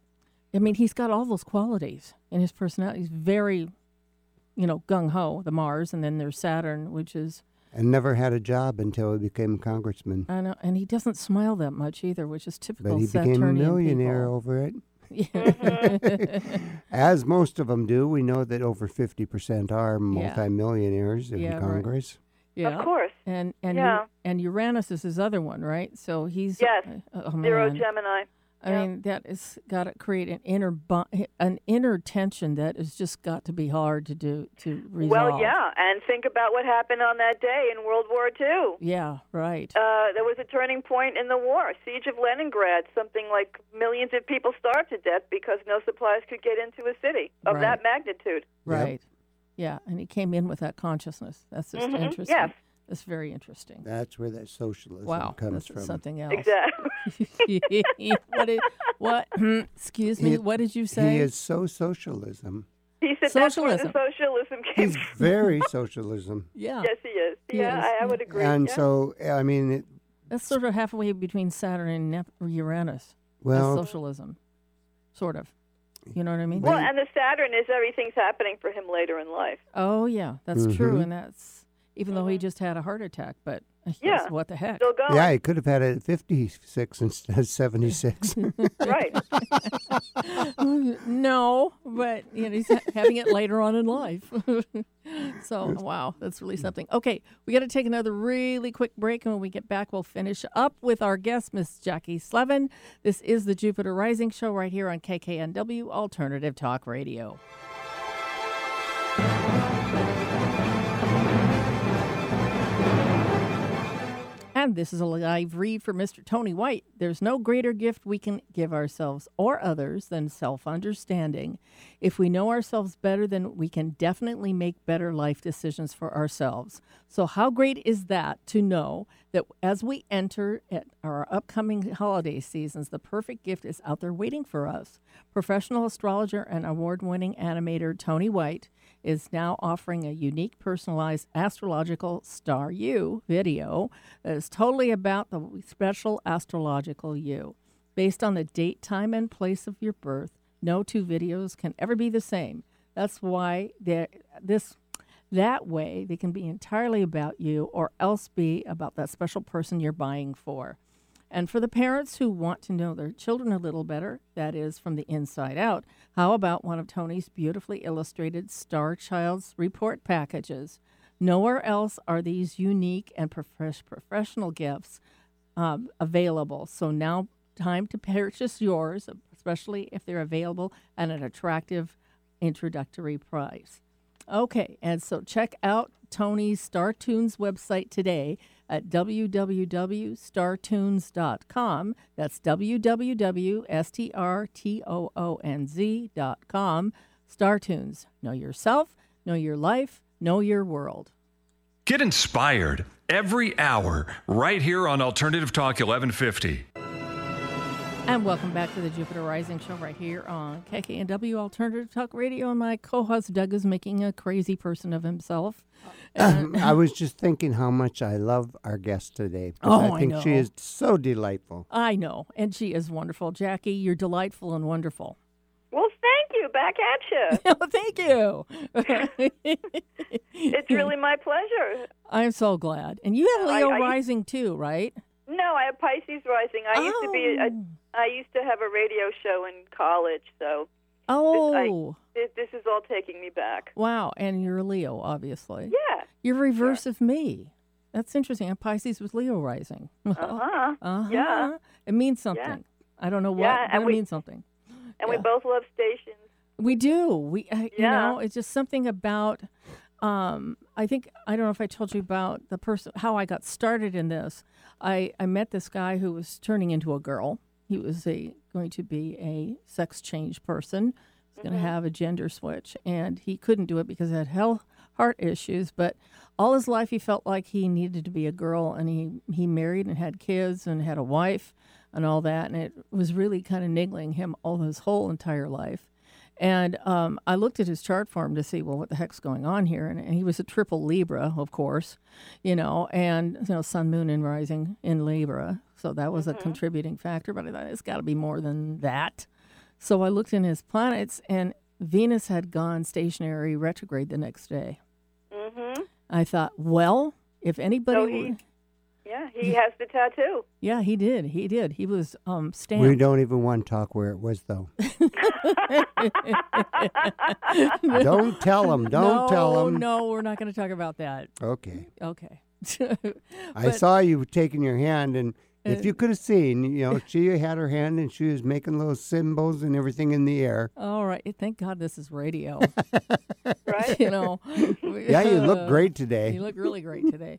I mean he's got all those qualities in his personality. He's very, you know, gung ho. The Mars, and then there's Saturn, which is And never had a job until he became a congressman. I know, and he doesn't smile that much either, which is typical. But he became a Saturnian millionaire people. over it. Yeah. As most of them do, we know that over 50% are Yeah. multimillionaires in Yeah, right. Congress. [LAUGHS] yeah. Of course. And and U- Yeah. and Uranus is his other one, right? So he's Yes. uh, oh, Zero man. Gemini. I Yeah. mean, that is got to create an inner bu- an inner tension that has just got to be hard to do to resolve. Well, yeah, and think about what happened on that day in World War II. yeah, right. Uh, there was a turning point in the war, siege of Leningrad. Something like millions of people starved to death because no supplies could get into a city of Right. that magnitude. Right. Yeah, and he came in with that consciousness. That's just Mhm, interesting. yes. That's very interesting. That's where that socialism wow, comes this from. is something else. Exactly. [LAUGHS] [LAUGHS] what? Did, what? hmm, excuse me. He- what did you say? He is so socialism. He said Socialism. that's where the socialism came. He's from. very [LAUGHS] socialism. yeah, [LAUGHS] Yes, he is. He yeah, is, I, yeah. I would agree. And yeah. so, I mean, it, that's sort of halfway between Saturn and Nep- Uranus. That's well, socialism, sort of. You know what I mean? well, and the Saturn is everything's happening for him later in life. Oh yeah, that's true, Mhm. and that's even though he just had a heart attack, but yes, Uh-huh. Yeah. what the heck? Still going. yeah, he could have had it at 56 instead [LAUGHS] of 76. [LAUGHS] Right. no, but you know, he's ha- having it later on in life. [LAUGHS] so wow, that's really something. Okay, we got to take another really quick break, and when we get back, we'll finish up with our guest, Miss Jackie Slevin. This is the Jupiter Rising Show right here on KKNW Alternative Talk Radio. And this is a live read for Mr. Tony White. There's no greater gift we can give ourselves or others than self understanding. If we know ourselves better, then we can definitely make better life decisions for ourselves. So, how great is that to know that as we enter at our upcoming holiday seasons, the perfect gift is out there waiting for us? Professional astrologer and award winning animator Tony White is now offering a unique personalized astrological star you video that is totally about the special astrological you based on the date time and place of your birth no two videos can ever be the same that's why there- this that way they can be entirely about you or else be about that special person you're buying for and for the parents who want to know their children a little better, that is, from the inside out, how about one of Tony's beautifully illustrated Star Child's report packages? Nowhere else are these unique and profes- professional gifts um, available. So now, time to purchase yours, especially if they're available at an attractive introductory price. Okay, and so check out Tony's StarTunes website today at www.startunes.com. That's www.strtoonz.com. StarTunes. Know yourself, know your life, know your world. Get inspired every hour right here on Alternative Talk 1150. And welcome back to the Jupiter Rising Show right here on KKNW Alternative Talk Radio. And my co host Doug is making a crazy person of himself. Um, I was just thinking how much I love our guest today. because Oh, I I think she know. is so delightful. I know, and she is wonderful. Jackie, you're delightful and wonderful. Well, thank you. Back [LAUGHS] at you. Thank you. It's really my pleasure. [LAUGHS] I'm so glad. And you have Leo I- I- rising too, right? No, I have Pisces rising. I used to be a, Oh. I used to have a radio show in college, so Oh, this, this is all taking me back. wow. And you're a Leo, obviously. Yeah. You're reverse of me. That's interesting. And Pisces with Leo rising. [LAUGHS] Uh-huh. Uh-huh. Yeah. It means something. I don't know what, Yeah, but and it we- means something. And we Yeah. both love stations. We do. We, uh, you Yeah. know, it's just something about. Um, I think I don't know if I told you about the person how I got started in this. I I met this guy who was turning into a girl. He was a going to be a sex change person. He was going to have a gender switch, and he couldn't do it because he had health heart issues. But all his life, he felt like he needed to be a girl, and he he married and had kids and had a wife and all that, and it was really kind of niggling him all his whole entire life. And um, I looked at his chart for him to see, well, what the heck's going on here? And, and he was a triple Libra, of course, you know, and, you know, sun, moon, and rising in Libra. So that was Mm-hmm. a contributing factor, but I thought it's got to be more than that. So I looked in his planets, and Venus had gone stationary retrograde the next day. Mm-hmm. I thought, well, if anybody. So he- Yeah, he has the [LAUGHS] tattoo. yeah, he did. He did. He was um, stamped. We don't even want to talk where it was, [LAUGHS] though. don't tell them. Don't no, tell them. No, we're not going to talk about that. Okay. Okay. [LAUGHS] I But- Uh, saw you taking your hand, and if you could have seen, you know, she had her hand and she was making little symbols and everything in the [LAUGHS] air. All right. Thank God this is radio. Right? you know. Yeah, you look great today. [LAUGHS] You look really great today.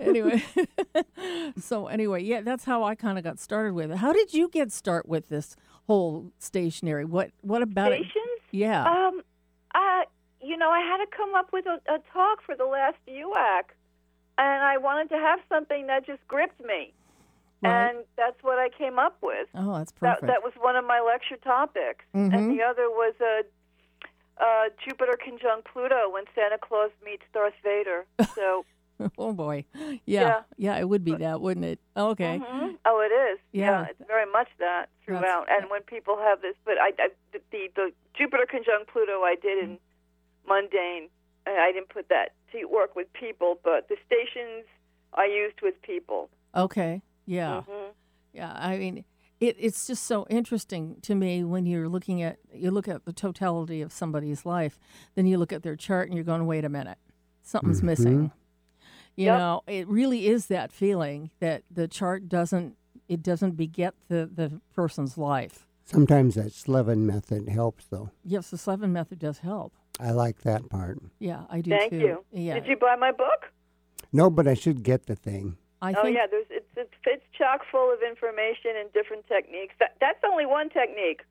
anyway. [LAUGHS] so anyway, yeah, that's how I kind of got started with it. How did you get start with this whole stationery? What what about it? Stations? Yeah. Um, uh, you know, I had to come up with a, a talk for the last UAC, and I wanted to have something that just gripped me, Right. and that's what I came up with. oh, that's That, perfect. Mm-hmm. that was one of my lecture topics, and the other was uh, uh, Jupiter conjunct Pluto when Santa Claus meets Darth [LAUGHS] Vader. So, oh boy. Yeah, yeah. Yeah. it would be that, wouldn't it? Okay. Mhm. oh, it is. Yeah. it's very much that throughout. and when people have this, but I, I the, the the Jupiter conjunct Pluto I did in mundane. and I didn't put that to work with people, but the stations I used with people. Okay. Yeah. Mhm. Yeah, I mean, it, it's just so interesting to me when you're looking at you look at the totality of somebody's life, then you look at their chart and you're going, wait a minute, something's missing. You Yep. know, it really is that feeling that the chart doesn't it doesn't beget the the person's life. Sometimes that Slevin method helps, though. Yes, the Slevin method does help. I like that part. Yeah, I do Thank too. you. Yeah, Did you buy my book? No, but I should get the thing. I oh think yeah, there's it's, it's it's chock full of information and different techniques. That that's only one technique.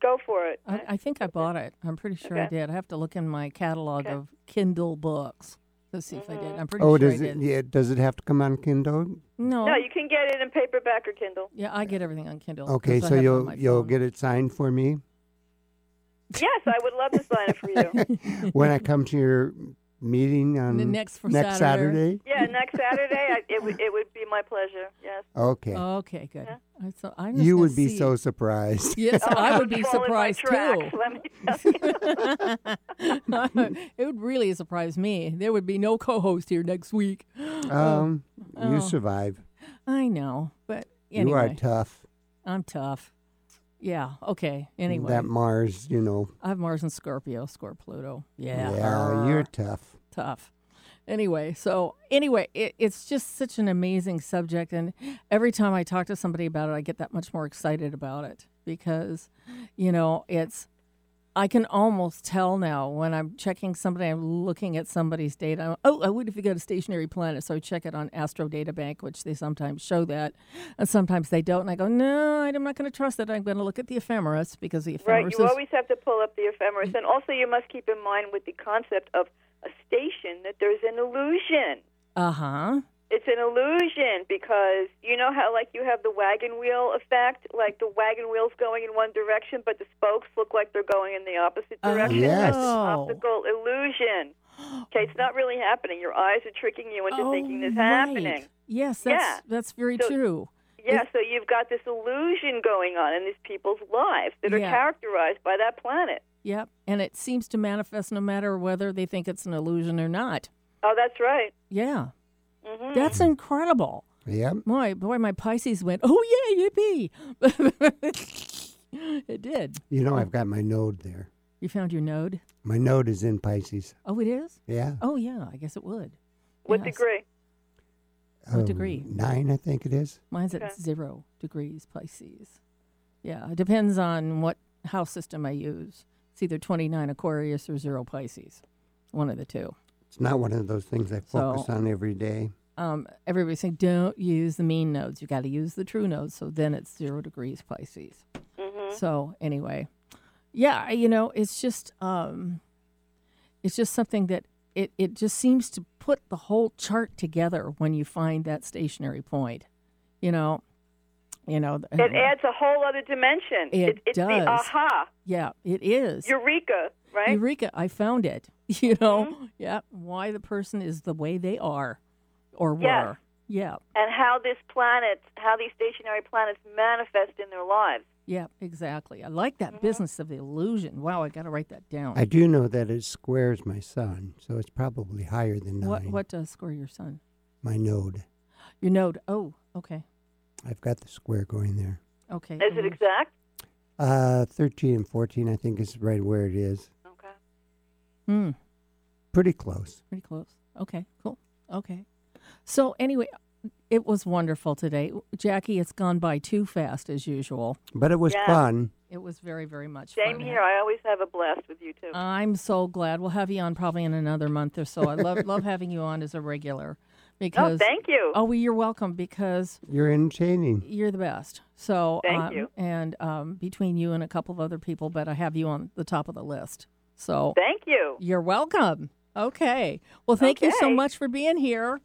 Go for it. I, I think I bought it. I'm pretty sure I Okay. did. I have to look in my catalog Okay. Mm-hmm. of Kindle books to see if I did. I'm pretty Oh, sure does I it? did. Yeah, does it have to come on Kindle? no, you can get it in paperback or Kindle. Yeah, I get everything on Kindle. Okay, 'cause I have so it on you'll my you'll phone. get it signed [LAUGHS] for me Yes, I would love to sign it for [LAUGHS] you. when I come to your meeting on The next for next Saturday. Saturday? Yeah, next Saturday, I, it would it would be my pleasure. Yes. Okay, Okay, good. I- So Oh, I'm just you gonna would be see- so [LAUGHS] surprised. Yes, I would was [LAUGHS] be falling Oh, my surprised tracks, too. Let [LAUGHS] me tell you. [LAUGHS] it would really surprise me. There would be no co-host here next week. Um, Oh. you survive. I know, but You anyway, are tough. I'm tough. Yeah. Okay. Anyway, That Mars, you know. I have Mars and Scorpio, Scorp Pluto. Yeah. you're tough. tough. Anyway, so anyway, it, it's just such an amazing subject, and every time I talk to somebody about it, I get that much more excited about it because, you know, it's. I can almost tell now when I'm checking somebody, I'm looking at somebody's data. I'm, oh, I would if you go to Stationary Planet. So I check it on Astro Data Bank, which they sometimes show that, and sometimes they don't. And I go, no, I'm not going to trust it. I'm going to look at the ephemeris because the Right, ephemeris you is always have to pull up the Mm. ephemeris, and also you must keep in mind with the concept of a station that there's an illusion. uh huh. It's an illusion because you know how like you have the wagon wheel effect, like the wagon wheel's going in one direction, but the spokes look like they're going in the opposite Oh. direction. That's an Yes. optical [GASPS] illusion. Okay, it's not really happening. Your eyes are tricking you into thinking this Oh, right. happening. Yes, that's Yeah. that's very So- true. Yeah, so you've got this illusion going on in these people's lives that are Yeah. characterized by that planet. Yep, and it seems to manifest no matter whether they think it's an illusion or not. Oh, that's right. Yeah, hmm that's incredible. Yep. Boy, boy, my Pisces went, oh, yeah, yippee. [LAUGHS] it did. You know, I've got my node there. You found your node? My node is in Pisces. Oh, it is? Yeah. Oh, yeah, I guess it would. What Yes. degree? what Um, degree? Nine, I think it is. Mine's at Okay. zero degrees Pisces. Yeah, it depends on what house system I use. It's either 29 Aquarius or zero Pisces, one of the two. It's not one of those things I focus So- on every day. Um, everybody's saying don't use the mean nodes. You got to use the true nodes. So then it's zero degrees Pisces. Mm-hmm. So anyway, yeah, I- you know, it's just um, it's just something that it it just seems to put the whole chart together when you find that stationary point. You know, you know. th- It adds a whole other dimension. It it's does. the aha, yeah, it is. eureka, right? Mm-hmm. Eureka, I found it. [LAUGHS] You know, yeah, why the person is the way they are or Yes. were. Yeah, and how this planet, how these stationary planets manifest in their lives. yeah, exactly. I like that Mm-hmm. business of the illusion. Wow, I got to write that down. I do know that it squares my sun, so it's probably higher than nine. what what does score your son? My node. Your node. Oh, okay. I've got the square going there. Okay. Is it um, exact? Uh, 13 and 14, I think, is right where it is. Okay. hmm, Pretty close. pretty close. Okay, cool. Okay. So anyway, it was wonderful today. Jackie, it's gone by too fast as usual. But it was Yeah. fun. It was very, very much Same fun. here. I always have a blast with you too. I'm so glad. We'll have you on probably in another month or so. I love love having you on as a regular [LAUGHS] oh, because thank you. oh, well, you're welcome because You're entertaining. you're the best. So Thank um, you. And um, between you and a couple of other people, but I have you on the top of the list. So Thank you. you're welcome. Okay. Well, thank you so Okay. much for being here.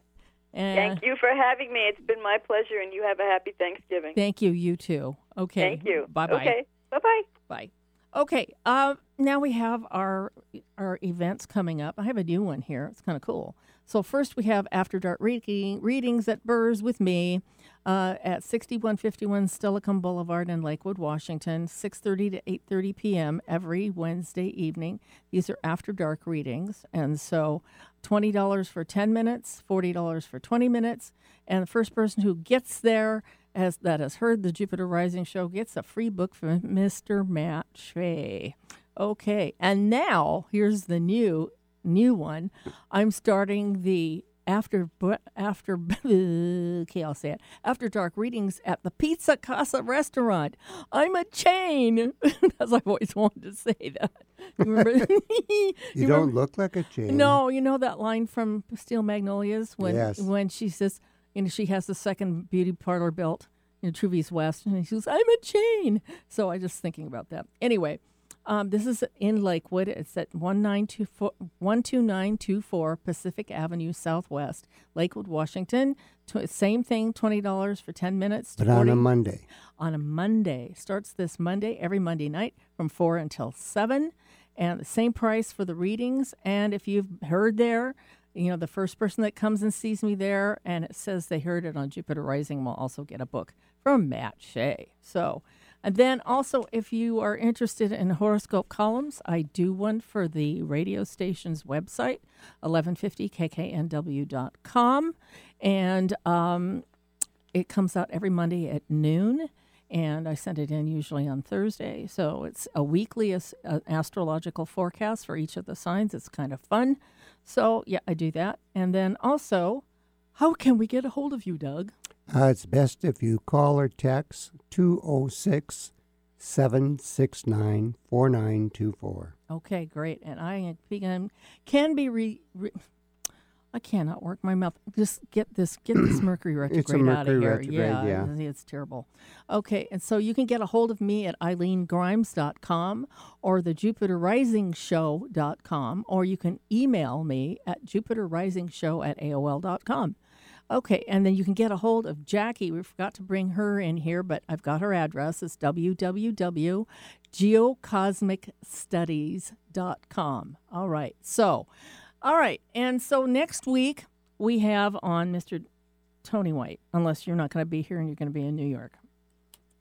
And Thank you for having me. It's been my pleasure, and you have a happy Thanksgiving. Thank you. You too. Okay. Thank you. Bye bye. Okay. Bye bye. Bye. Okay. Um, now we have our our events coming up. I have a new one here. It's kind of cool. So first we have after dark reading readings at Burrs with me uh, at 6151 Stillicum Boulevard in Lakewood, Washington, 6:30 to 8:30 p.m. every Wednesday evening. These are after dark readings, and so twenty dollars for ten minutes, forty dollars for twenty minutes, and the first person who gets there as that has heard the Jupiter Rising show gets a free book from Mr. Matt Shea. Okay, and now here's the new new one. I'm starting the after bu- after [LAUGHS] okay, I'll say it after dark readings at the Pizza Casa restaurant. I'm a chain, [LAUGHS] as I've always wanted to say that. You remember? [LAUGHS] you You, remember- don't look like a chain. no, you know that line from Steel Magnolias when Yes. when she says, you know, she has the second beauty parlor built in Truvies West, and she says, "I'm a chain." So I just thinking about that. Anyway, um, this is in Lakewood. It's at one nine two four one two nine two four Pacific Avenue Southwest, Lakewood, Washington. Tw- same thing, twenty dollars for ten minutes. to But on 40 a Monday. on a Monday. Starts this Monday, every Monday night from 4 until 7. And the same price for the readings. And if you've heard there, you know, the first person that comes and sees me there and it says they heard it on Jupiter Rising will also get a book from Matt Shea. So, and then also, if you are interested in horoscope columns, I do one for the radio station's website, 1150kknw.com. And um, it comes out every Monday at noon, and I send it in usually on Thursday. So it's a weekly as- uh, astrological forecast for each of the signs. It's kind of fun. So yeah, I do that. And then also, how can we get a hold of you, Doug? Uh, it's best if you call or text 206 769 4924. Okay, great. And I can, can be re, re. I cannot work my mouth. Just get this, get [CLEARS THROAT] this Mercury retrograde It's a out of Mercury here. retrograde, it's terrible. Okay, and so you can get a hold of me at eileengrimes.com or the jupiterrisingshow.com, or you can email me at jupiterrisingshow at aol.com. Okay, and then you can get a hold of Jackie. We forgot to bring her in here, but I've got her address. It's www.geocosmicstudies.com. All right, so, all right, and so next week we have on Mr. Tony White, unless you're not going to be here and you're going to be in New York.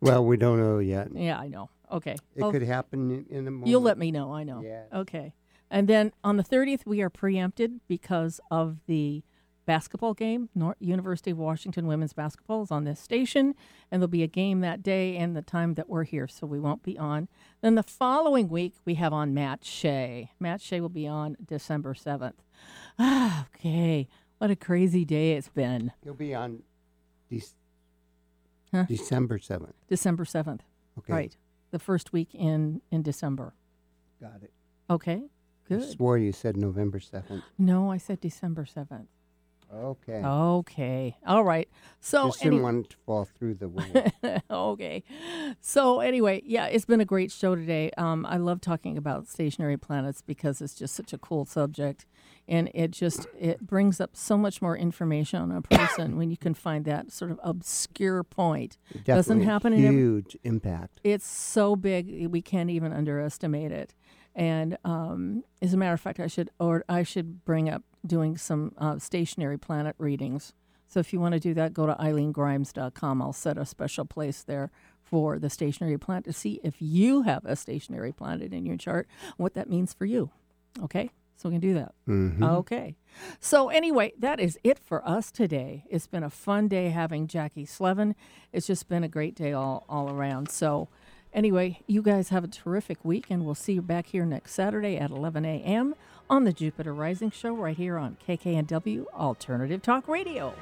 Well, we don't know yet. Yeah, I know. Okay. It Well, could happen in- in the Oh. morning. You'll let me know. I know. Yeah. Okay. And then on the 30th, we are preempted because of the basketball game. North University of Washington women's basketball is on this station, and there'll be a game that day and the time that we're here, so we won't be on. Then the following week, we have on Matt Shea. Matt Shea will be on December 7th. Ah, [SIGHS] okay. What a crazy day it's been. You'll be on De- Huh? December 7th. December 7th. Okay. Right. The first week in, in December. Got it. Okay. I Good. swore you said November 7th. No, I said December 7th. Okay. Okay. All right. Oh. So, Just didn't [LAUGHS] any- want it to fall [LAUGHS] through the window. okay. So anyway, yeah, it's been a great show today. Um, I love talking about stationary planets because it's just such a cool subject, and it just it brings up so much more information on a person when you can find that sort of obscure point. Doesn't Definitely a happen in every, Huge impact. it's so big eh, we can't even underestimate it. And um, as a matter of fact, I should or I should bring up doing some uh, stationary planet readings. So if you want to do that, go to eileengrimes.com. I'll set a special place there for the stationary planet to see if you have a stationary planet in your chart, what that means for you. Okay, so we can do that. Okay. So, anyway, that is it for us today. It's been a fun day having Jackie Slevin. It's just been a great day all, all around. So, anyway, you guys have a terrific week, and we'll see you back here next Saturday at 11 a.m. on the Jupiter Rising Show right here on KKNW Alternative Talk Radio.